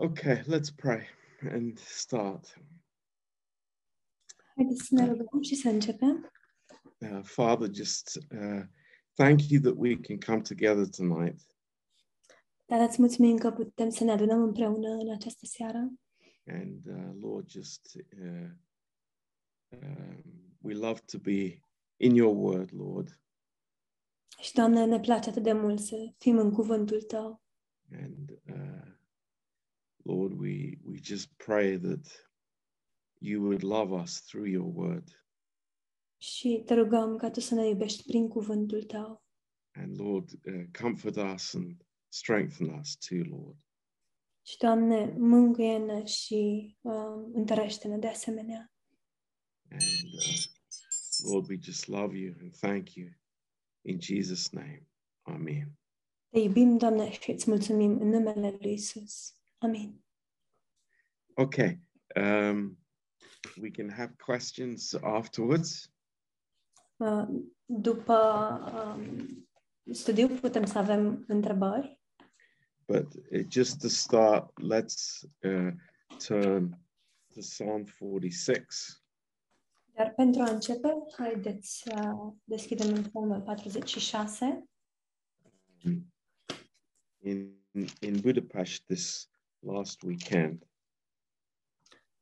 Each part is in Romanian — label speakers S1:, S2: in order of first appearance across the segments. S1: Okay, let's pray and start.
S2: Haideți să ne rugăm și să începem.
S1: Uh, Father, just uh, thank you that we can come together tonight.
S2: Dar îți mulțumim că putem să ne adunăm împreună în această seară.
S1: And uh, Lord, just uh, um, we love to be in your word, Lord.
S2: Și, Doamne, ne place atât de mult să fim în cuvântul Tău.
S1: And uh, Lord, we, we just pray that you would love us through your word.
S2: Și te rugăm ca Tu să ne iubești prin cuvântul Tău.
S1: And Lord, uh, comfort us and strengthen us too, Lord.
S2: Și, Doamne, mângâie-ne și uh, întărește-ne de asemenea.
S1: And uh, Lord, we just love you and thank you. In Jesus' name, Amen.
S2: Te iubim, Doamne, și îți mulțumim în numele Lui Isus. Amin.
S1: Okay, um, we can have questions afterwards.
S2: Uh, după um, studiu putem să avem întrebări,
S1: But uh, just to start, let's uh, turn to Psalm 46.
S2: dar pentru a începe, haideți să deschidem în Psalmul 46.
S1: In, in Budapest this last weekend,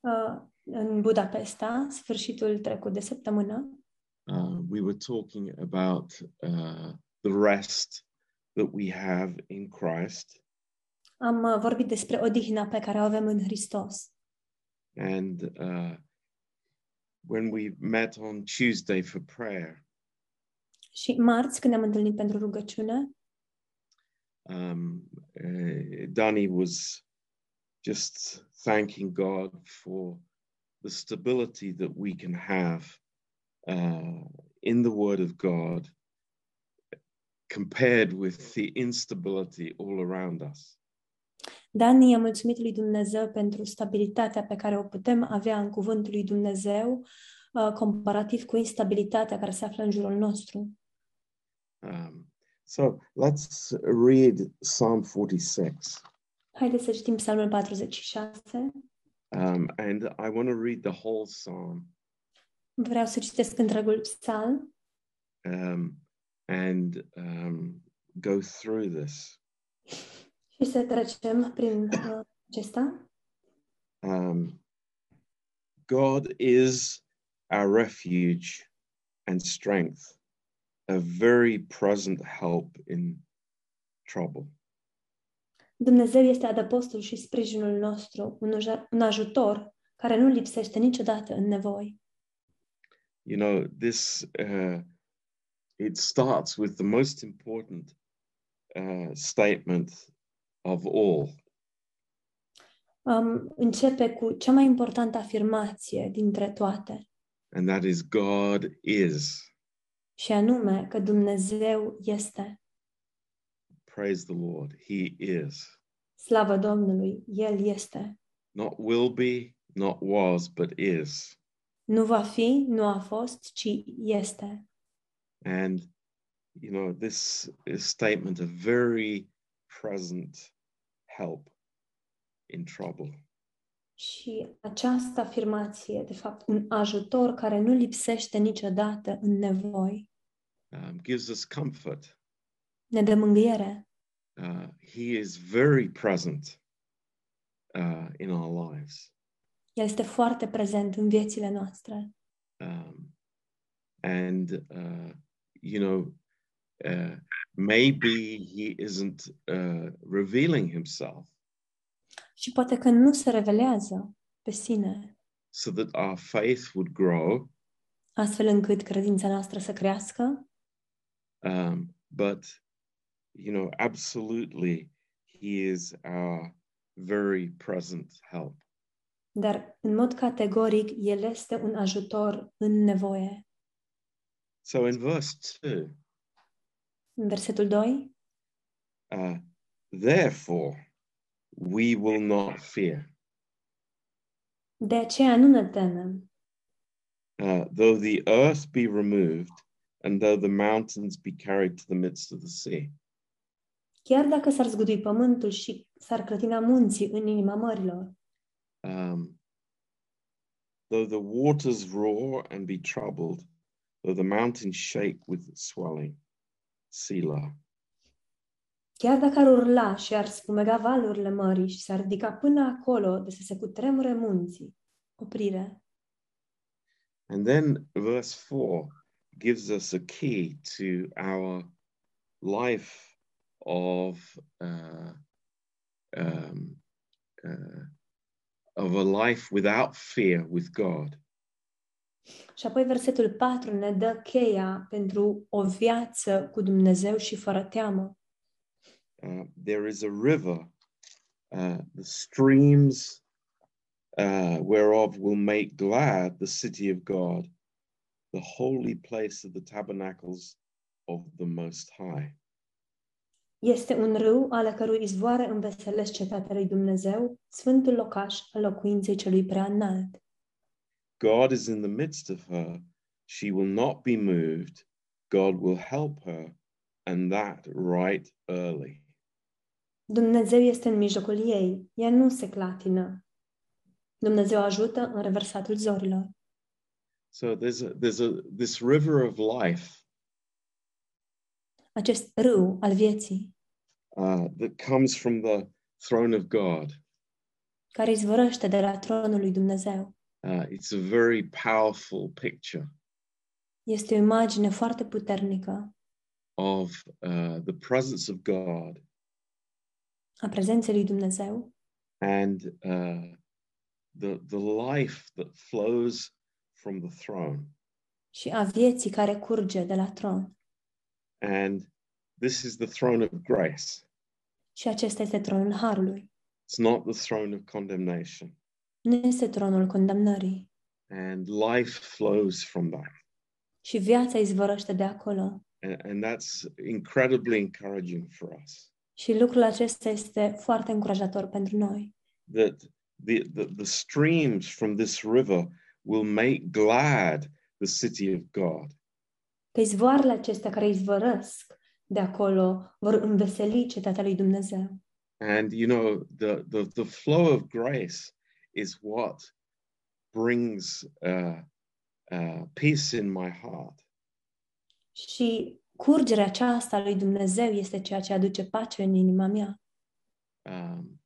S2: Uh, în Budapesta, sfârșitul trecut de săptămână,
S1: uh, we were talking about uh, the rest that we have in Christ.
S2: am uh, vorbit despre odihna pe care o avem în Hristos.
S1: And uh, when we met on Tuesday for prayer,
S2: Și marți, când ne-am întâlnit pentru rugăciune,
S1: um, uh, Danny was just thanking God for the stability that we can have uh, in the Word of God compared with the instability all around us.
S2: Dani i-a mulțumit lui Dumnezeu pentru stabilitatea pe care o putem avea în cuvântul lui Dumnezeu, uh, comparativ cu instabilitatea care se află în jurul nostru.
S1: Um, so let's read Psalm 46.
S2: Haideți să citim Psalmul 46.
S1: Um, and I want to read the whole psalm.
S2: Vreau să citesc întregul psalm
S1: um, and um, go through this.
S2: și să trecem prin uh, acesta.
S1: Um, God is our refuge and strength, a very present help in trouble.
S2: Dumnezeu este adăpostul și sprijinul nostru, un, uja- un ajutor care nu lipsește niciodată în nevoi.
S1: You know, this, uh, it starts with the most important uh, statement of all.
S2: Um, începe cu cea mai importantă afirmație dintre toate.
S1: And that is God is.
S2: și anume că Dumnezeu este.
S1: Praise the Lord. He is.
S2: Slavă Domnului, El este.
S1: Not will be, not was, but is.
S2: Nu va fi, nu a fost, ci este.
S1: And you know, this is statement a very present help in trouble.
S2: Și această afirmație, de fapt, un ajutor care nu lipsește niciodată în nevoi,
S1: Um, gives us comfort.
S2: ne dă mângâiere.
S1: Uh, he is very present uh, in our lives,
S2: El este foarte prezent în viețile noastre.
S1: um, and uh, you know, uh, maybe he isn't uh, revealing himself
S2: Și poate că nu se revelează pe sine,
S1: so that our faith would grow.
S2: astfel încât credința noastră să crească,
S1: Um, but, you know, absolutely, He is our very present help.
S2: dar, în mod categoric, El este un ajutor în nevoie.
S1: So in verse 2,
S2: În versetul 2,
S1: uh, therefore, we will not fear,
S2: De aceea nu ne temem,
S1: uh, though the earth be removed and though the mountains be carried to the midst of the sea.
S2: Chiar dacă s-ar zgudui pământul și s-ar clătina munții în inima mărilor,
S1: Um, though the waters roar and be troubled, though the mountains shake with its swelling. Selah.
S2: chiar dacă ar urla și ar spumega valurile mării și s-ar ridica până acolo de să se cutremure munții. Oprire.
S1: And then verse 4 gives us a key to our life of uh, um, uh, of a life without fear with God.
S2: Și apoi versetul 4 ne dă cheia pentru o viață cu Dumnezeu și fără teamă.
S1: Uh, there is a river, uh, the streams uh, whereof will make glad the city of God, the holy place of the tabernacles of the Most High.
S2: Este un râu ale cărui izvoare înveselesc cetatea lui Dumnezeu, sfântul locaș al locuinței celui prea înalt.
S1: God is in the midst of her. She will not be moved. God will help her, and that right early.
S2: Dumnezeu este în mijlocul ei, ea nu se clatină. Dumnezeu ajută în reversatul zorilor.
S1: So there's a, there's a this river of life
S2: Acest râu al vieții,
S1: uh, that comes from the throne of God.
S2: care izvorăște de la tronul lui Dumnezeu,
S1: Uh, it's a very powerful picture
S2: este o imagine foarte puternică
S1: of uh, the presence of God
S2: a prezenței lui Dumnezeu
S1: and uh, the the life that flows from the throne.
S2: și a vieții care curge de la tron.
S1: And this is the throne of grace.
S2: Și acesta este tronul harului,
S1: It's not the throne of condemnation.
S2: nu este tronul condamnării.
S1: and life flows from that
S2: Și viața izvorăște de acolo.
S1: and, and that's incredibly encouraging for us
S2: Și lucrul acesta este foarte încurajator pentru noi.
S1: that the, the the streams from this river will make glad the city of god
S2: Că izvoarele acestea care izvorăsc de acolo vor înveseli cetatea lui Dumnezeu.
S1: and you know the the, the flow of grace is what brings uh, uh, peace in my heart
S2: Și curgerea aceasta a lui Dumnezeu este ceea ce aduce pace în inima mea.
S1: um,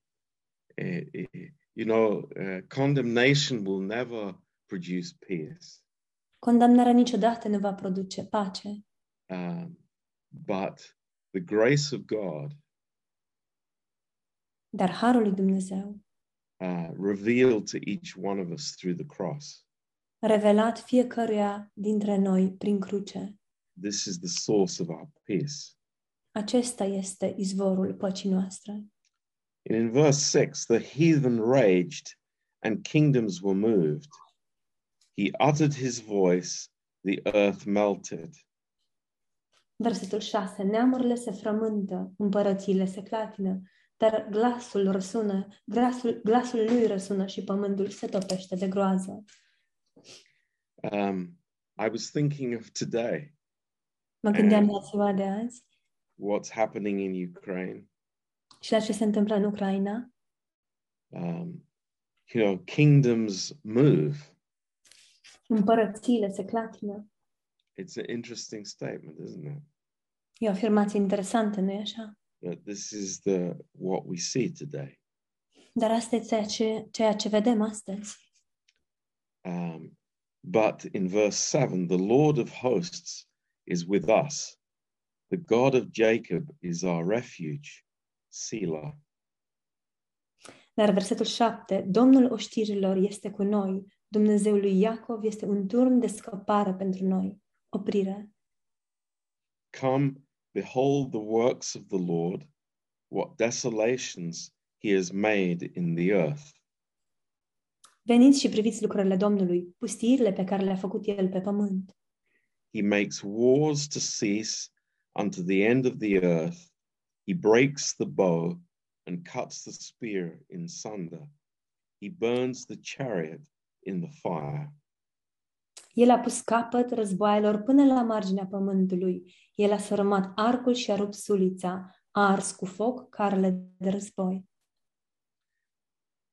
S1: eh, eh, you know uh, condemnation will never produce peace
S2: Condamnarea niciodată nu va produce pace,
S1: Um, but the grace of God
S2: dar harul lui Dumnezeu,
S1: uh, revealed to each one of us through the cross.
S2: revelat fiecăruia dintre noi prin cruce,
S1: This is the source of our peace.
S2: acesta este izvorul păcii noastre.
S1: And in verse 6, the heathen raged and kingdoms were moved. He uttered his voice, the earth melted.
S2: Versetul 6. Neamurile se frământă, împărățiile se clatină, dar glasul răsună, glasul, glasul lui răsună și pământul se topește de groază.
S1: Um, I was thinking of today,
S2: Mă gândeam la ziua de azi
S1: what's happening in Ukraine.
S2: și la ce se întâmplă în Ucraina.
S1: Um, you know, kingdoms move.
S2: Împărățiile se clatină.
S1: It's an interesting statement, isn't it?
S2: E o afirmație interesantă, nu-i așa?
S1: that this is the what we see today.
S2: Dar asta este ceea ce, ceea ce vedem astăzi.
S1: Um, but in verse seven, the Lord of hosts is with us. The God of Jacob is our refuge, Selah.
S2: Dar versetul 7. Domnul oștirilor este cu noi. Dumnezeul lui Iacov este un turn de scăpare pentru noi. Oprire.
S1: Come, behold the works of the Lord, what desolations he has made in the earth.
S2: Veniți și priviți lucrările Domnului, pustiirile pe care le-a făcut El pe pământ.
S1: He makes wars to cease unto the end of the earth. He breaks the bow and cuts the spear in sunder. He burns the chariot in the fire.
S2: El a pus capăt războaielor până la marginea pământului. El a sărâmat arcul și a rupt sulița, a ars cu foc carele de război.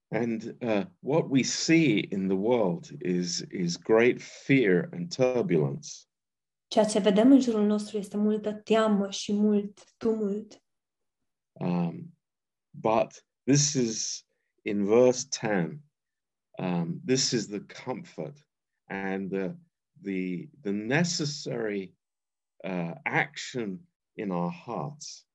S1: And uh, what we see in the world is, is great fear and turbulence.
S2: Ceea ce vedem în jurul nostru este multă teamă și mult tumult.
S1: Um, but this is in verse 10. Um, this is the comfort and the, the, the necessary uh, action in our hearts.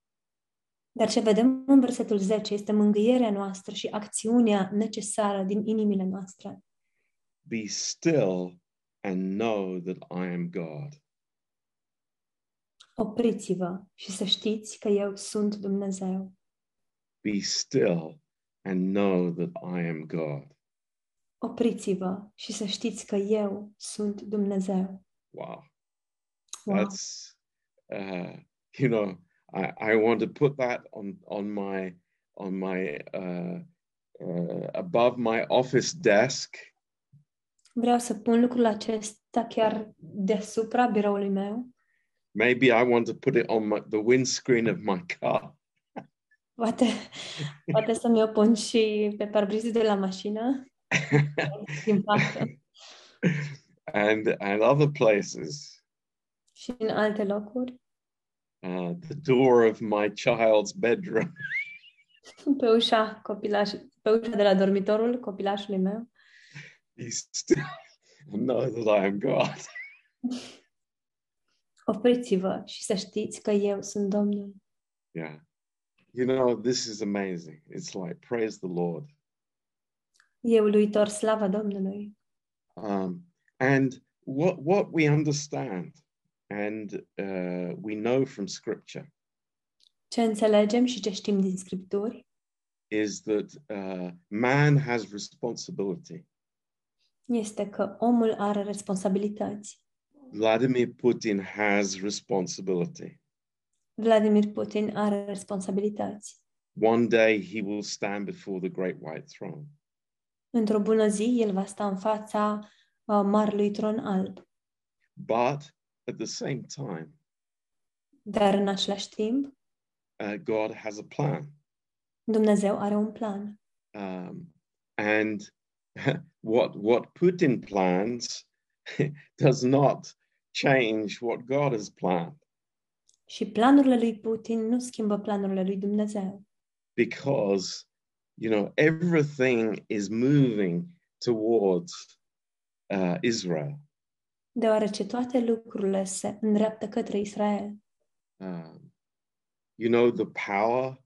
S2: Dar ce vedem în versetul 10 este mângâierea noastră și acțiunea necesară din inimile noastre.
S1: Be still and know that I am God.
S2: Opriți-vă și să știți că eu sunt Dumnezeu.
S1: Be still and know that I am God.
S2: Opriți-vă și să știți că eu sunt Dumnezeu.
S1: Wow.
S2: Wow.
S1: That's, uh, you know, I, I want to put that on on my on my uh, uh, above my office desk
S2: Vreau să pun lucrul acesta chiar deasupra biroului meu.
S1: Maybe I want to put it on my, the windscreen of my car.
S2: Poate, poate să mi-o pun și pe parbrizul de la mașină. Din față.
S1: and and other places,
S2: și în alte locuri,
S1: uh, the door of my child's bedroom.
S2: pe ușa copilaș, pe ușa de la dormitorul copilașului meu.
S1: Be still and know that I am God.
S2: Opriți-vă și să știți că eu sunt Domnul.
S1: Yeah, you know this is amazing. It's like praise the Lord.
S2: Eu luitor slava Domnului.
S1: Um, and what what we understand and uh, we know from Scripture
S2: Ce înțelegem și ce știm din Scripturi
S1: is that uh, man has responsibility.
S2: este că omul are responsabilități.
S1: Vladimir Putin has responsibility.
S2: Vladimir Putin are responsabilități.
S1: One day he will stand before the great white throne.
S2: Într-o bună zi, el va sta în fața uh, marelui tron alb.
S1: But at the same time,
S2: Dar în același timp,
S1: uh, God has a plan.
S2: Dumnezeu are un plan.
S1: Um, and what, what Putin plans does not change what God has planned
S2: Și planurile lui Putin nu schimbă planurile lui Dumnezeu,
S1: because, you know, everything is moving towards uh, Israel.
S2: deoarece toate lucrurile se îndreaptă către Israel.
S1: Um, you know, the power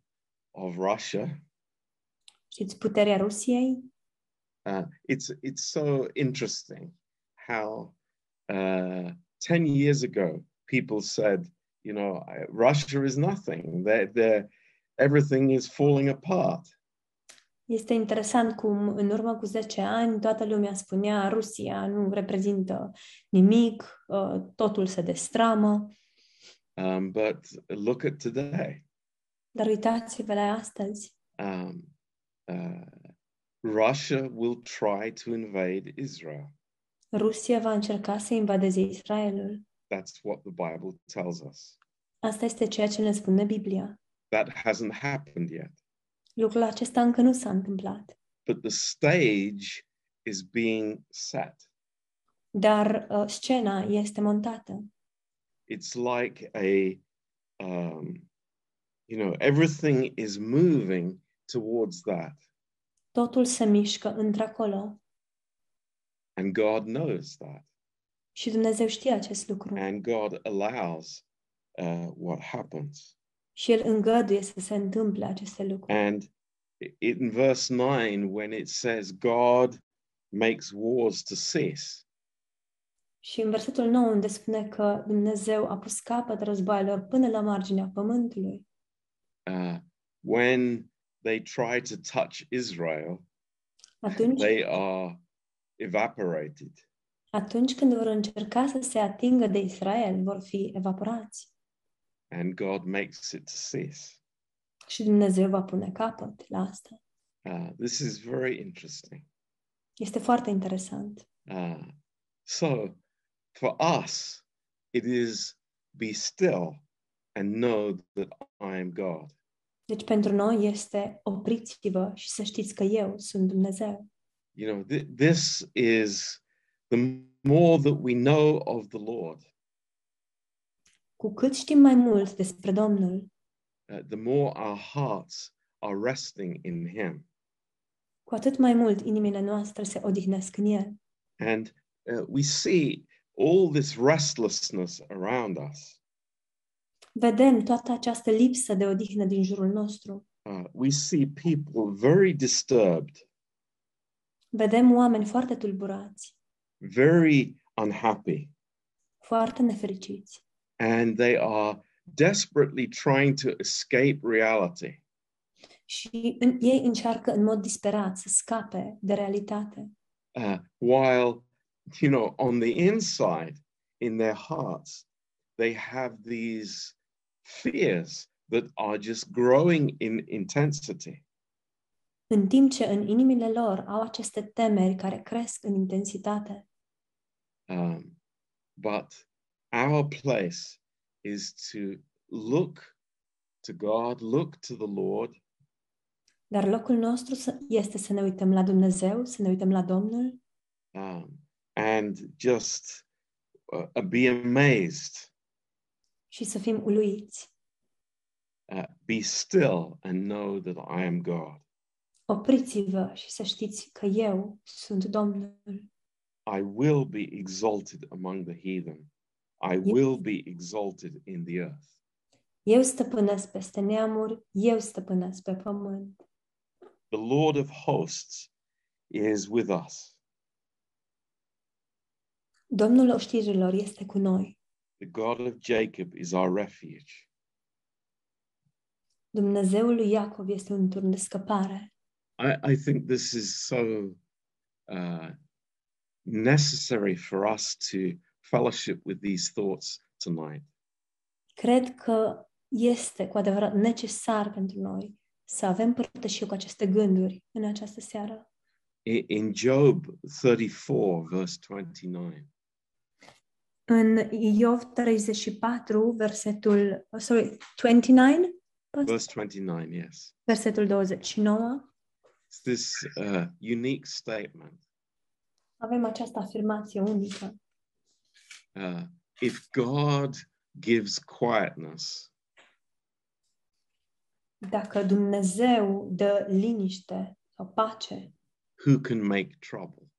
S1: of Russia.
S2: Știți, puterea Rusiei
S1: uh, it's it's so interesting how uh, ten years ago people said, you know, I- Russia is nothing. They're, they're, everything is falling apart.
S2: este interesant cum în urmă cu 10 ani toată lumea spunea Rusia nu reprezintă nimic, uh, totul se destramă,
S1: Um, but look at today.
S2: dar uitați-vă la astăzi.
S1: Um, uh, Russia will try to invade Israel.
S2: Rusia va încerca să invadeze Israelul.
S1: That's what the Bible tells us.
S2: Asta este ceea ce ne spune Biblia.
S1: That hasn't happened yet.
S2: Lucrul acesta încă nu s-a întâmplat,
S1: But the stage is being set.
S2: dar uh, scena este montată.
S1: it's like a um, you know everything is moving towards that
S2: Totul se mișcă într-acolo
S1: and god knows that
S2: și Dumnezeu știe acest lucru
S1: and god allows uh, what happens
S2: și El îngăduie să se întâmple aceste lucruri.
S1: and i- in verse 9 when it says god makes wars to cease
S2: Și în versetul 9 unde spune că Dumnezeu a pus capăt războaielor până la marginea pământului,
S1: uh, when they try to touch israel
S2: atunci,
S1: they are evaporated
S2: atunci când vor încerca să se atingă de Israel, vor fi evaporați
S1: and god makes it to cease
S2: și Dumnezeu va pune capăt la asta.
S1: uh, this is very interesting
S2: Este foarte interesant.
S1: Uh, so for us, it is be still and know that I am God.
S2: Deci pentru noi este opriți-vă și să știți că eu sunt Dumnezeu.
S1: You know, th- this is the more that we know of the Lord,
S2: Cu cât știm mai mult despre Domnul,
S1: uh, the more our hearts are resting in Him.
S2: cu atât mai mult inimile noastre se odihnesc în El.
S1: And uh, we see all this restlessness around us.
S2: Vedem toată această lipsă de odihnă din jurul nostru.
S1: Uh, we see people very disturbed,
S2: Vedem oameni foarte tulburați,
S1: very unhappy,
S2: foarte nefericiți
S1: and they are desperately trying to escape reality.
S2: și în, ei încearcă în mod disperat să scape de realitate.
S1: uh, while you know on the inside in their hearts they have these fears that are just growing in intensity
S2: În timp ce în inimile lor au aceste temeri care cresc în intensitate,
S1: um, but our place is to look to god look to the lord
S2: dar locul nostru să- este să ne uităm la Dumnezeu, să ne uităm la Domnul
S1: um, and just uh, be amazed
S2: și să fim uluiți.
S1: uh, be still and know that i am god
S2: Opriți-vă și să știți că eu sunt Domnul.
S1: I will be exalted among the heathen. I will be exalted in the earth.
S2: Eu stăpânesc peste neamuri, eu stăpânesc pe pământ.
S1: The Lord of hosts is with us.
S2: Domnul oștirilor este cu noi.
S1: The God of Jacob is our refuge.
S2: Dumnezeul lui Iacov este un turn de scăpare.
S1: I, I think this is so uh, necessary for us to fellowship with these thoughts tonight.
S2: Cred că este cu adevărat necesar pentru noi să avem părtășie cu aceste gânduri în această seară.
S1: I- in Job 34, verse 29,
S2: În Iov 34, versetul, sorry, 29,
S1: verse 29, yes,
S2: versetul 29,
S1: it's this uh, unique statement.
S2: avem această afirmație unică.
S1: uh, if God gives quietness,
S2: Dacă Dumnezeu dă liniște sau pace,
S1: who can make trouble?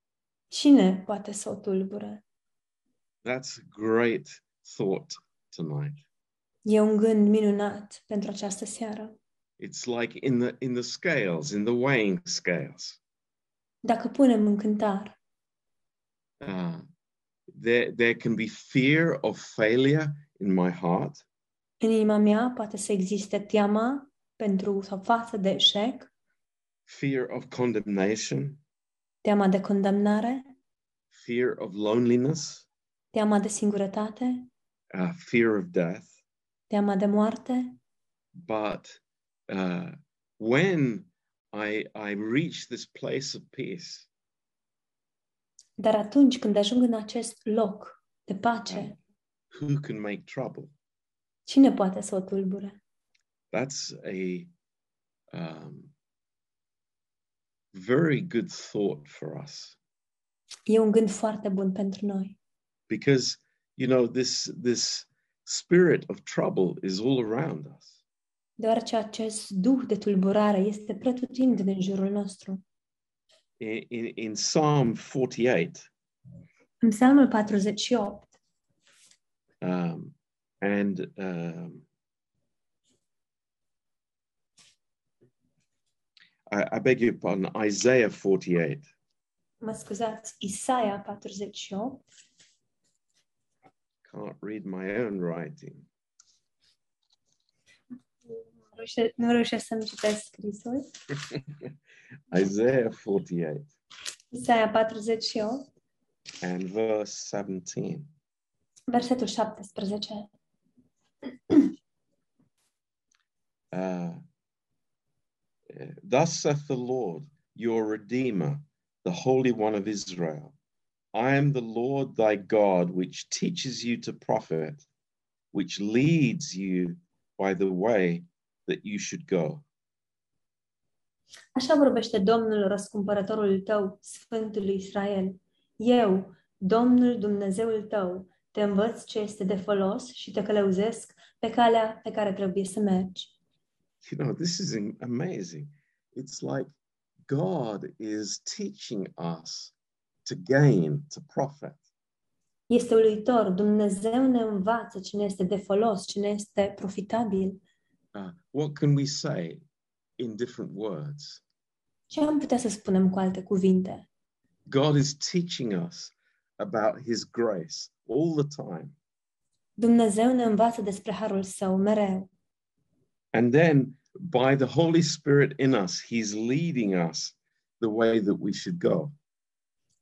S2: cine poate să o tulbure?
S1: That's a great thought tonight.
S2: E un gând minunat pentru această seară.
S1: It's like in the in the scales, in the weighing scales.
S2: Dacă punem în cântar,
S1: Uh, there there can be fear of failure in my heart,
S2: în inima mea poate să existe teama pentru sau față de eșec,
S1: fear of condemnation,
S2: teama de condamnare,
S1: fear of loneliness,
S2: teama de singurătate,
S1: uh, fear of death.
S2: teama de moarte.
S1: But uh, when I I reach this place of peace,
S2: Dar atunci când ajung în acest loc de pace,
S1: who can make trouble?
S2: cine poate să o tulbure?
S1: That's a um, very good thought for us
S2: E un gând foarte bun pentru noi.
S1: because you know this this spirit of trouble is all around us.
S2: deoarece acest duh de tulburare este pretutindeni în jurul nostru.
S1: In, in, in Psalm 48,
S2: În Psalmul 48
S1: um, and um, I, I beg your pardon, Isaiah 48,
S2: mă scuzați, Isaia 48,
S1: can't read my own writing.
S2: nu reușe- nu reușesc să-mi citesc scrisul,
S1: Isaiah 48
S2: Isaia 48,
S1: and verse 17.
S2: versetul 17.
S1: Uh, uh, Thus saith the Lord, your Redeemer, the Holy One of Israel. I am the Lord thy God, which teaches you to profit, which leads you by the way that you should go.
S2: Așa vorbește Domnul răscumpărătorul tău, Sfântul Israel. Eu, Domnul Dumnezeul tău, te învăț ce este de folos și te călăuzesc pe calea pe care trebuie să mergi.
S1: You know, this is am- amazing. It's like God is teaching us to gain, to profit.
S2: Este uluitor, Dumnezeu ne învață cine este de folos, cine este profitabil.
S1: Uh, what can we say in different words?
S2: Ce am putea să spunem cu alte cuvinte?
S1: God is teaching us about His grace all the time.
S2: Dumnezeu ne învață despre harul său mereu.
S1: And then by the Holy Spirit in us, He's leading us the way that we should go.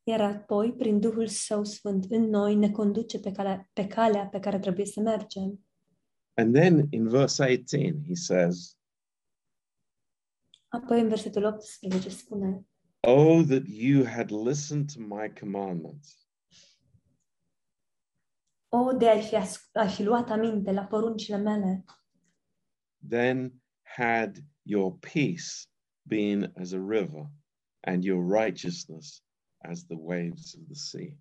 S2: Iar apoi, prin Duhul Său Sfânt în noi, ne conduce pe calea pe, calea pe care trebuie să mergem.
S1: And then in verse 18, He says,
S2: Apoi, în versetul 18 spune,
S1: Oh, that you had listened to my commandments.
S2: O, de ai fi, asc- ai fi luat aminte la poruncile mele,
S1: Then had your peace been as a river, and your righteousness as the waves of the sea.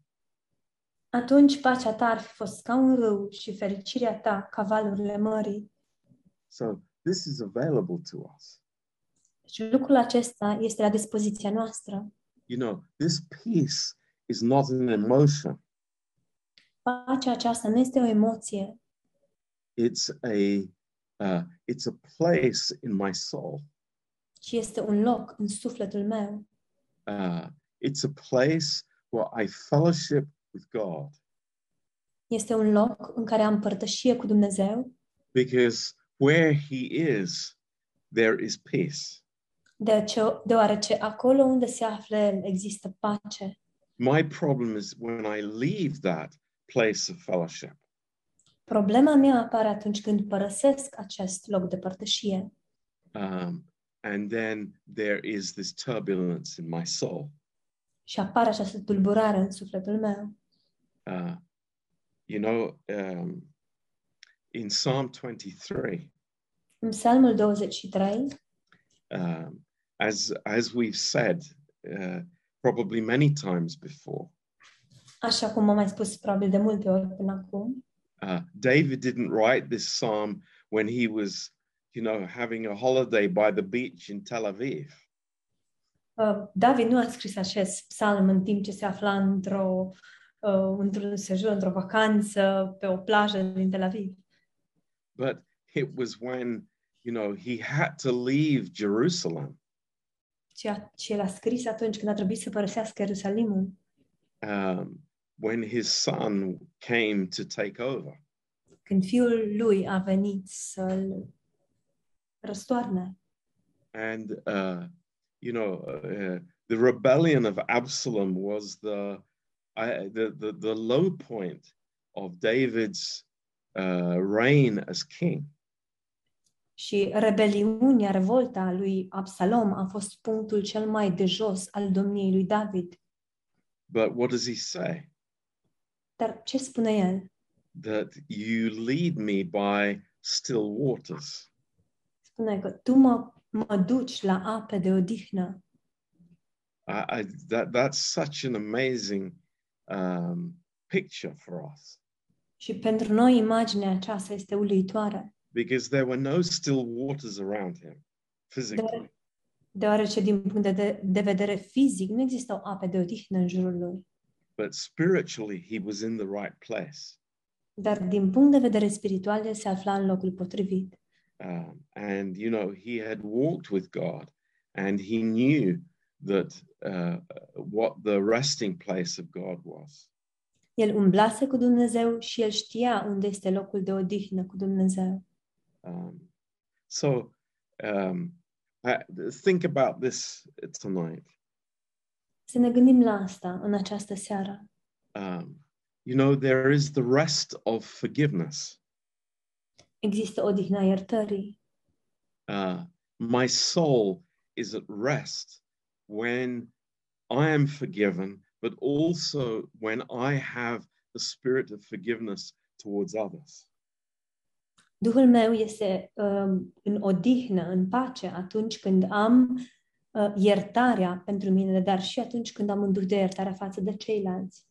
S2: atunci pacea ta ar fi fost ca un râu și fericirea ta ca valurile mării.
S1: So this is available to us.
S2: Și Deci lucrul acesta este la dispoziția noastră.
S1: You know, this peace is not an emotion,
S2: Pacea aceasta nu este o emoție,
S1: it's a uh, it's a place in my soul.
S2: ci este un loc în sufletul meu.
S1: Uh, it's a place where I fellowship with God
S2: Este un loc în care am părtășie cu Dumnezeu,
S1: because where He is, there is peace.
S2: deoarece, deoarece acolo unde se află El există pace.
S1: My problem is when I leave that place of fellowship.
S2: Problema mea apare atunci când părăsesc acest loc de părtășie
S1: Um, and then there is this turbulence in my soul.
S2: și apare această tulburare în sufletul meu.
S1: Uh, you know, um, in Psalm 23,
S2: În Psalmul 23,
S1: um, as, as we've said uh, probably many times before,
S2: așa cum am mai spus probabil de multe ori până acum,
S1: uh, David didn't write this psalm when he was, you know, having a holiday by the beach in Tel Aviv.
S2: uh, David nu a scris acest psalm în timp ce se afla într-o, uh, într-un sejur, într-o vacanță pe o plajă din Tel Aviv.
S1: but it was when you know he had to leave jerusalem
S2: ci, a, ci el a scris atunci când a trebuit să părăsească Ierusalimul,
S1: um, when his son came to take over
S2: când fiul lui a venit să-l răstoarne.
S1: and uh, you know uh, the rebellion of absalom was the I, the, the the low point of david's uh, reign as king
S2: Și rebeliunea, revolta lui Absalom a fost punctul cel mai de jos al domniei lui David.
S1: but what does he say
S2: Dar ce spune el?
S1: that you lead me by still waters
S2: Spune că tu mă, mă duci la ape de odihnă.
S1: I, I, that that's such an amazing um, picture for us
S2: Și pentru noi imaginea aceasta este uluitoare,
S1: because there were no still waters around him physically,
S2: deoarece din punct de, de, de vedere fizic nu existau ape de odihnă în jurul lui.
S1: but spiritually he was in the right place,
S2: dar din punct de vedere spiritual el se afla în locul potrivit.
S1: um, and you know he had walked with God, and he knew that uh, what the resting place of God was.
S2: El umblase cu Dumnezeu și el știa unde este locul de odihnă cu Dumnezeu.
S1: Um, so um, I, think about this tonight.
S2: Să ne gândim la asta în această seară.
S1: um, you know, there is the rest of forgiveness.
S2: Există odihna iertării.
S1: Uh, my soul is at rest when I am forgiven, but also when I have the spirit of forgiveness towards others.
S2: Duhul meu este um, în odihnă, în pace, atunci când am uh, iertarea pentru mine, dar și atunci când am un duh de iertare față de ceilalți.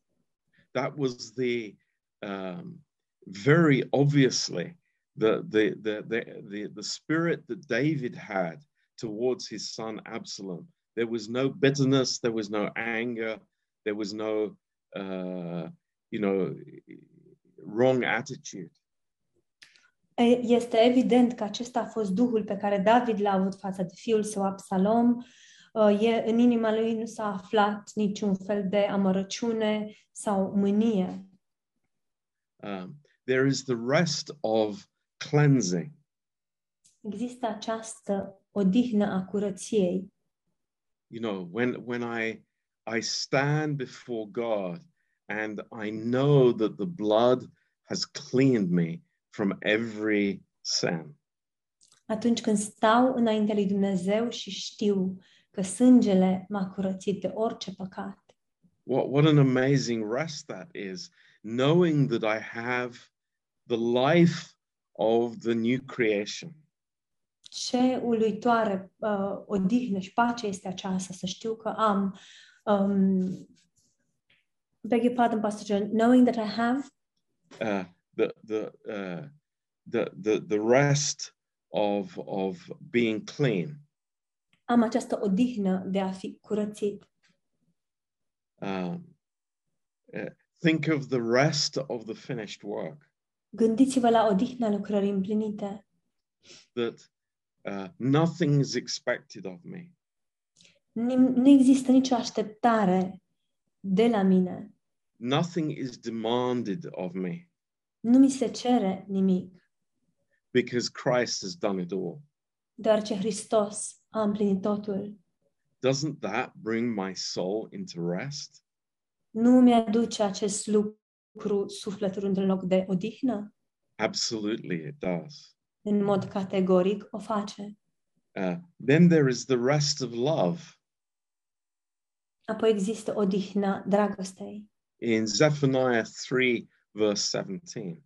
S1: That was the um, very obviously the the, the the the the spirit that David had towards his son Absalom. There was no bitterness, there was no anger, there was no uh, you know wrong attitude.
S2: E- Este evident că acesta a fost duhul pe care David l-a avut față de fiul său Absalom. Uh, E, în inima lui nu s-a aflat niciun fel de amărăciune sau mânie.
S1: Um, there is the rest of cleansing.
S2: Există această odihnă a curăției
S1: You know, when when I I stand before God and I know that the blood has cleaned me from every sin.
S2: atunci când stau înaintea lui Dumnezeu și știu că sângele m-a curățit de orice păcat.
S1: What what an amazing rest that is, knowing that I have the life of the new creation.
S2: Ce uluitoare uh, odihnă și pace este aceasta, să știu că am um, beg your pardon, Pastor John, knowing that I have
S1: Uh, the the uh, the the the rest of of being clean.
S2: am această odihnă de a fi curățit.
S1: Um, uh, think of the rest of the finished work
S2: Gândiți-vă la odihna lucrării împlinite,
S1: that uh, nothing is expected of me.
S2: Nim- nu există nicio așteptare de la mine,
S1: Nothing is demanded of me
S2: nu mi se cere nimic,
S1: because Christ has done it all.
S2: doar ce Hristos a împlinit totul.
S1: Doesn't that bring my soul into rest?
S2: nu mi-aduce acest lucru sufletul într-un loc de odihnă?
S1: Absolutely, it does.
S2: În mod categoric o face.
S1: Uh, then there is the rest of love.
S2: Apoi există odihna dragostei.
S1: In Zephaniah 3, verse 17,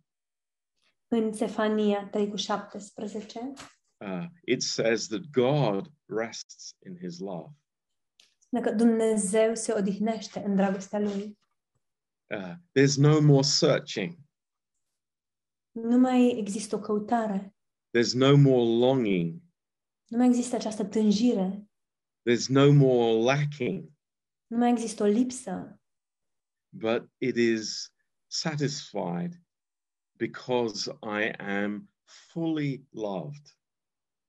S2: În Sefania 3 cu 17
S1: uh, it says that God rests in his love.
S2: spune că Dumnezeu se odihnește în dragostea Lui.
S1: Uh, there's no more searching.
S2: Nu mai există o căutare,
S1: There's no more longing.
S2: nu mai există această tânjire,
S1: There's no more lacking,
S2: nu mai există o lipsă,
S1: but it is satisfied because I am fully loved.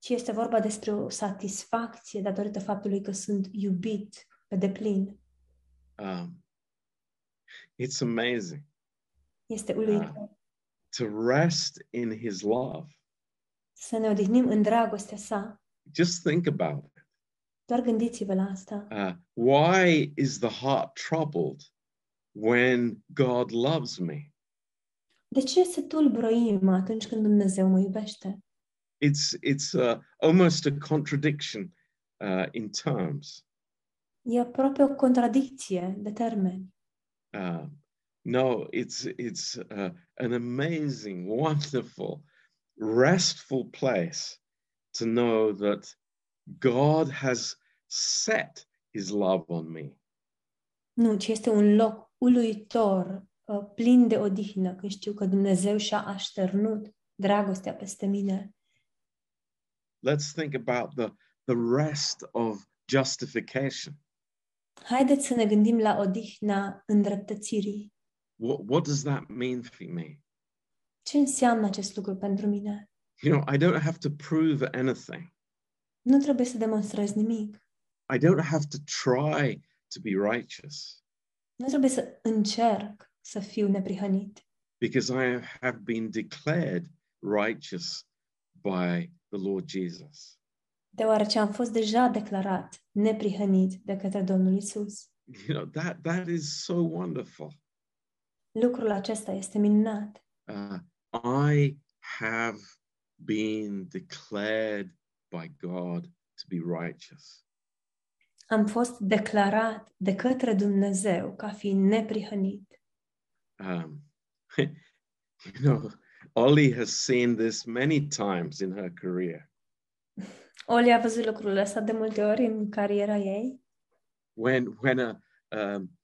S2: ci este vorba despre o satisfacție datorită faptului că sunt iubit pe deplin.
S1: Um, it's amazing
S2: Este uluitor.
S1: to rest in his love.
S2: Să ne odihnim în dragostea sa.
S1: Just think about it.
S2: Doar gândiți-vă la asta.
S1: Uh, why is the heart troubled when God loves me?
S2: De ce se tulbură inima atunci când Dumnezeu mă iubește?
S1: It's, it's uh, almost a contradiction uh, in terms.
S2: E aproape o contradicție de termeni.
S1: Um, no, it's it's uh, an amazing, wonderful, restful place to know that God has set His love on me.
S2: Nu, ci este un loc uluitor, uh, plin de odihnă, când știu că Dumnezeu și-a așternut dragostea peste mine.
S1: Let's think about the the rest of justification.
S2: Haideți să ne gândim la odihna îndreptățirii.
S1: What what does that mean for me?
S2: Ce înseamnă acest lucru pentru mine?
S1: You know, I don't have to prove anything.
S2: Nu trebuie să demonstrez nimic.
S1: I don't have to try to be righteous
S2: Nu trebuie să încerc să fiu neprihănit,
S1: because I have been declared righteous by the Lord Jesus.
S2: deoarece am fost deja declarat neprihănit de către Domnul Isus.
S1: you know that that is so wonderful
S2: Lucrul acesta este minunat.
S1: uh, i have been declared by god to be righteous
S2: Am fost declarat de către Dumnezeu ca fiind neprihănit.
S1: um, you know Ollie has seen this many times in her career
S2: Oli a văzut lucrul ăsta de multe ori în cariera ei,
S1: when when a um,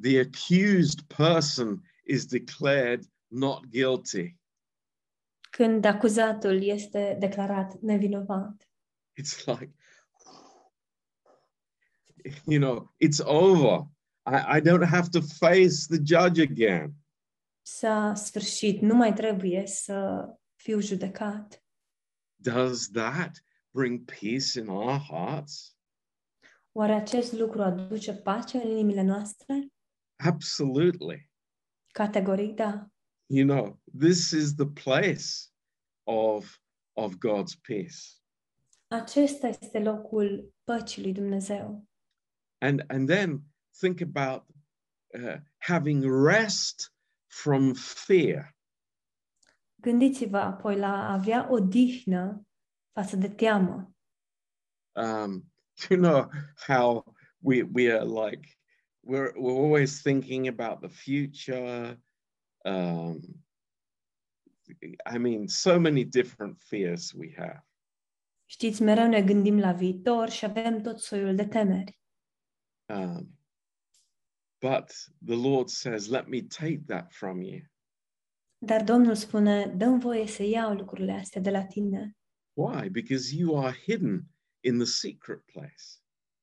S1: the accused person is declared not guilty.
S2: când acuzatul este declarat nevinovat.
S1: It's like you know, it's over. I, I don't have to face the judge again.
S2: S-a sfârșit, nu mai trebuie să fiu judecat.
S1: Does that bring peace in our hearts?
S2: Oare acest lucru aduce pace în inimile noastre?
S1: Absolutely.
S2: Categoric da.
S1: you know this is the place of of god's peace
S2: Acesta este locul păcii lui Dumnezeu.
S1: and and then think about uh, having rest from fear
S2: Gândiți-vă apoi la a avea o dihnă față de teamă.
S1: um you know how we we are like we're we're always thinking about the future um i mean so many different fears we have
S2: Știți, mereu ne gândim la viitor și avem tot soiul de temeri.
S1: um but the lord says let me take that from you
S2: Dar Domnul spune, dăm voie să iau lucrurile astea de la tine.
S1: Why? Because you are hidden in the secret place.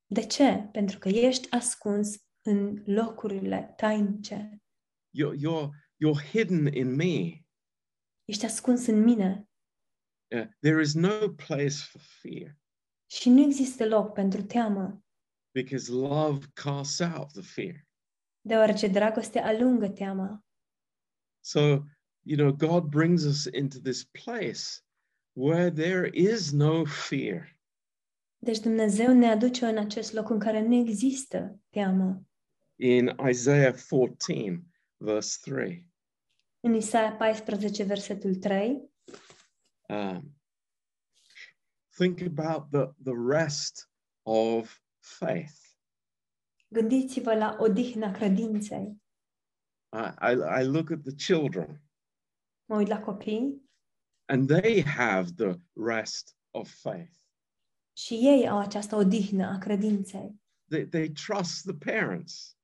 S2: De ce? Pentru că ești ascuns în locurile tainice.
S1: You're, you're, you're hidden in me.
S2: Ești ascuns în mine
S1: Uh, there is no place for fear
S2: și nu există loc pentru teamă,
S1: because love casts out the fear.
S2: deoarece dragostea alungă teama.
S1: So, you know, God brings us into this place where there is no fear.
S2: Deci Dumnezeu ne aduce în acest loc în care nu există teamă.
S1: In Isaiah 14, verse 3,
S2: În Isaia 14, versetul 3,
S1: um, think about the, the rest of faith.
S2: gândiți-vă la odihna credinței.
S1: I, I, I look at the children.
S2: Mă uit la copii
S1: and they have the rest of faith.
S2: și ei au această odihnă a credinței.
S1: They, they trust the parents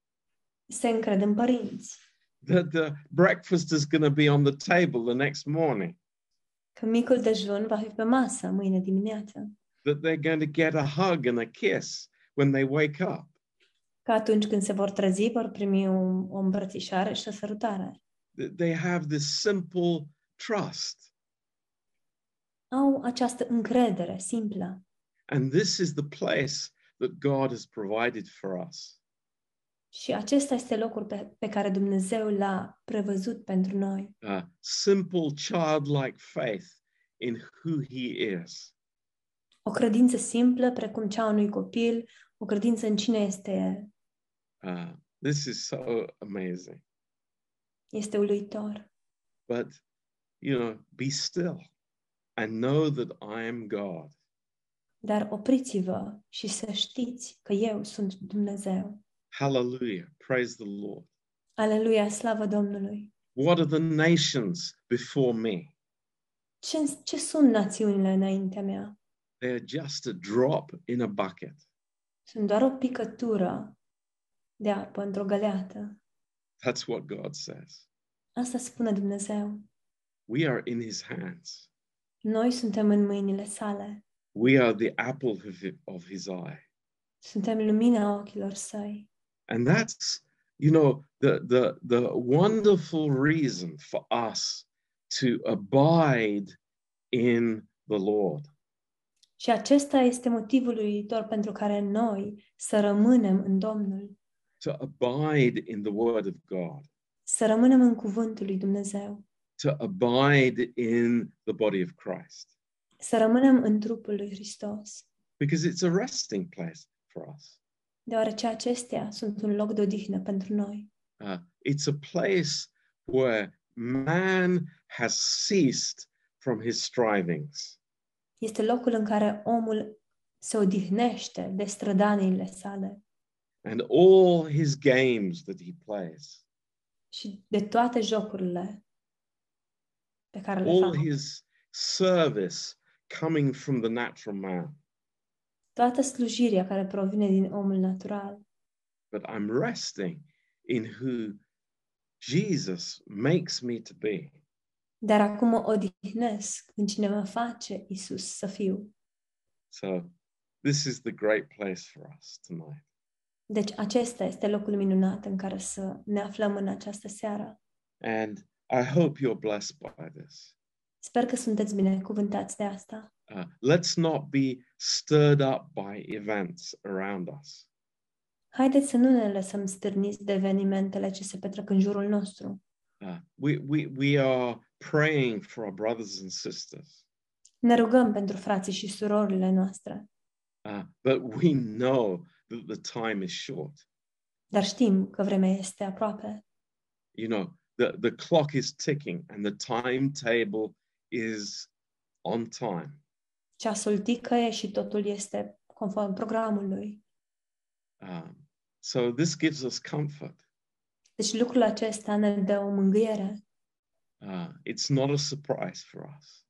S2: Se încred în părinți,
S1: that the breakfast is going to be on the table the next morning,
S2: că micul dejun va fi pe masă mâine dimineață,
S1: that they're going to get a hug and a kiss when they wake up.
S2: că atunci când se vor trezi vor primi o, o îmbrățișare și o sărutare.
S1: That They have this simple trust.
S2: Au această încredere simplă
S1: And this is the place that God has provided for us.
S2: și acesta este locul pe, pe care Dumnezeu l-a prevăzut pentru noi.
S1: Uh, simple childlike faith in who He is.
S2: O credință simplă, precum cea a unui copil, o credință în cine este El.
S1: Uh, this is so amazing.
S2: Este uluitor.
S1: But, you know, be still and know that I am God.
S2: Dar opriți-vă și să știți că eu sunt Dumnezeu.
S1: Hallelujah. Praise the Lord.
S2: Aleluia, slavă Domnului!
S1: What are the nations before me?
S2: Ce, ce sunt națiunile înaintea mea?
S1: They are just a drop in a bucket.
S2: Sunt doar o picătură de apă într-o găleată.
S1: That's what God says.
S2: Asta spune Dumnezeu.
S1: We are in his hands.
S2: Noi suntem în mâinile sale.
S1: We are the apple of hi- of his eye.
S2: Suntem lumina ochilor săi.
S1: And that's, you know, the, the, the wonderful reason for us to abide in the Lord.
S2: Și acesta este motivul uluitor pentru care noi să rămânem în Domnul,
S1: to abide in the word of God,
S2: să rămânem în cuvântul lui Dumnezeu,
S1: to abide in the body of Christ,
S2: să rămânem în trupul lui Hristos,
S1: because it's a resting place for us.
S2: deoarece acestea sunt un loc de odihnă pentru noi.
S1: Uh, it's a place where man has ceased from his strivings.
S2: Este locul în care omul se odihnește de strădaniile sale
S1: And all his games that he plays,
S2: și de toate jocurile pe care le
S1: all
S2: fac.
S1: his service coming from the natural man.
S2: Toată slujirea care provine din omul natural.
S1: But I'm resting in who Jesus makes me to be.
S2: Dar acum mă odihnesc în cine mă face Isus să fiu.
S1: So this is the great place for us tonight.
S2: Deci acesta este locul minunat în care să ne aflăm în această seară.
S1: And I hope you're blessed by this.
S2: Sper că sunteți binecuvântați de asta.
S1: Uh, let's not be stirred up by events around us.
S2: Haideți să nu ne lăsăm stârniți de evenimentele ce se petrec în jurul nostru.
S1: Uh, we, we, we are praying for our brothers and sisters,
S2: Ne rugăm pentru frații și surorile noastre,
S1: uh, but we know that the time is short.
S2: dar știm că vremea este aproape.
S1: You know, the, the clock is ticking and the timetable is on time.
S2: Ceasul ticăie și totul este conform programului.
S1: Um, so this gives us comfort.
S2: Deci lucrul acesta ne dă o mângâiere.
S1: Uh, it's not a surprise for us.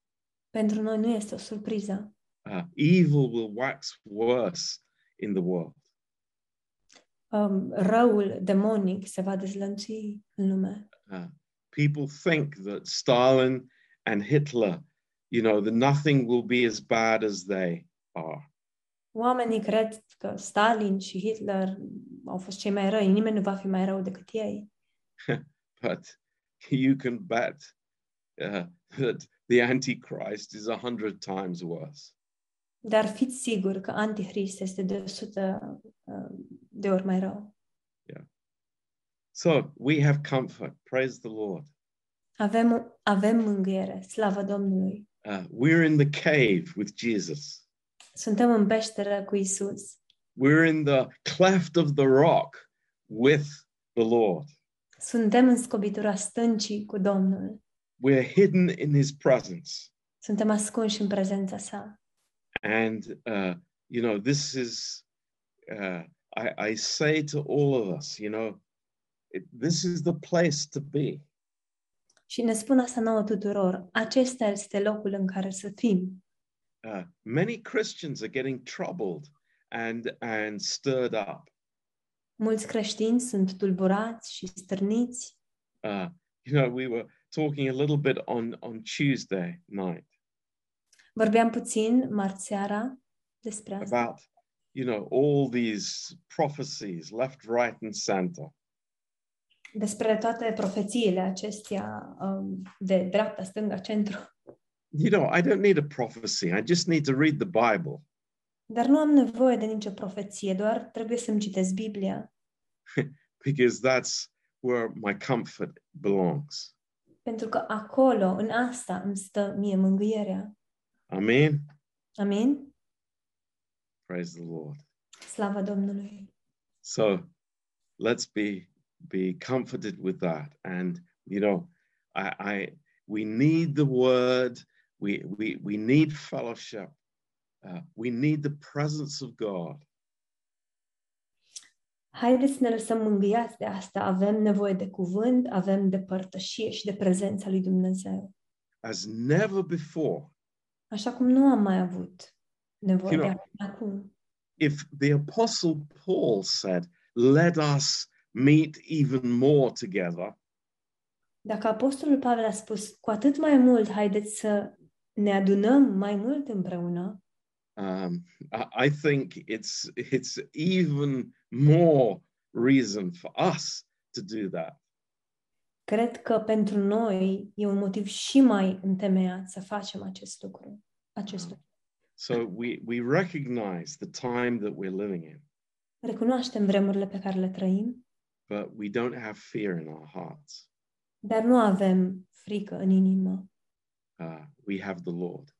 S2: Pentru noi nu este o surpriză.
S1: Uh, evil will wax worse in the world.
S2: Um, Răul demonic se va dezlănțui în lume.
S1: Uh, people think that Stalin and Hitler, you know, that nothing will be as bad as they are.
S2: Oamenii cred că Stalin și Hitler au fost cei mai răi. Nimeni nu va fi mai rău decât ei.
S1: But you can bet uh, that the Antichrist is a hundred times worse.
S2: Dar fiți siguri că Antichrist este de 100 uh, de ori mai rău.
S1: So we have comfort. Praise the Lord.
S2: Avem, avem mângâiere, slavă Domnului.
S1: Uh, we're in the cave with Jesus.
S2: Suntem în peșteră cu Isus.
S1: We're in the cleft of the rock with the Lord.
S2: Suntem în scobitura stâncii cu Domnul.
S1: We're hidden in his presence.
S2: Suntem ascunși în prezența sa.
S1: And, uh, you know, this is, uh, I, I say to all of us, you know, it, this is the place to be.
S2: Și ne spun asta nouă tuturor. Acesta este locul în care să fim.
S1: Uh, many Christians are getting troubled and, and stirred up.
S2: Mulți creștini sunt tulburați și stârniți.
S1: Uh, you know, we were talking a little bit on, on Tuesday night
S2: Vorbeam puțin marți seara despre asta,
S1: about, you know, all these prophecies left, right, and center.
S2: despre toate profețiile acestea um, de dreapta, stânga, centru.
S1: You know, I don't need a prophecy. I just need to read the Bible.
S2: Dar nu am nevoie de nicio profeție, doar trebuie să-mi citesc Biblia,
S1: because that's where my comfort belongs.
S2: pentru că acolo, în asta, îmi stă mie mângâierea.
S1: Amen.
S2: Amin?
S1: Praise the Lord.
S2: Slava Domnului!
S1: So let's be be comforted with that. And you know, I, I we need the word, we we we need fellowship, uh, we need the presence of God.
S2: Haideți să ne lăsăm mângâiați de asta. Avem nevoie de cuvânt, avem de părtășie și de prezența lui Dumnezeu.
S1: As never before,
S2: Așa cum nu am mai avut nevoie de
S1: Fino-
S2: asta acum.
S1: if the Apostle Paul said, Let us meet even more together,
S2: Dacă Apostolul Pavel a spus cu atât mai mult, haideți să ne adunăm mai mult împreună,
S1: um, I, I think it's it's even more reason for us to do that.
S2: cred că pentru noi e un motiv și mai întemeiat să facem acest lucru. Acest lucru.
S1: So we we recognize the time that we're living in,
S2: Recunoaștem vremurile pe care le trăim,
S1: but we don't have fear in our hearts.
S2: dar nu avem frică în inimă
S1: Uh, we have the Lord.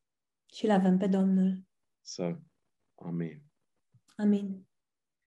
S2: și îl avem pe Domnul.
S1: So, Amen.
S2: Amin.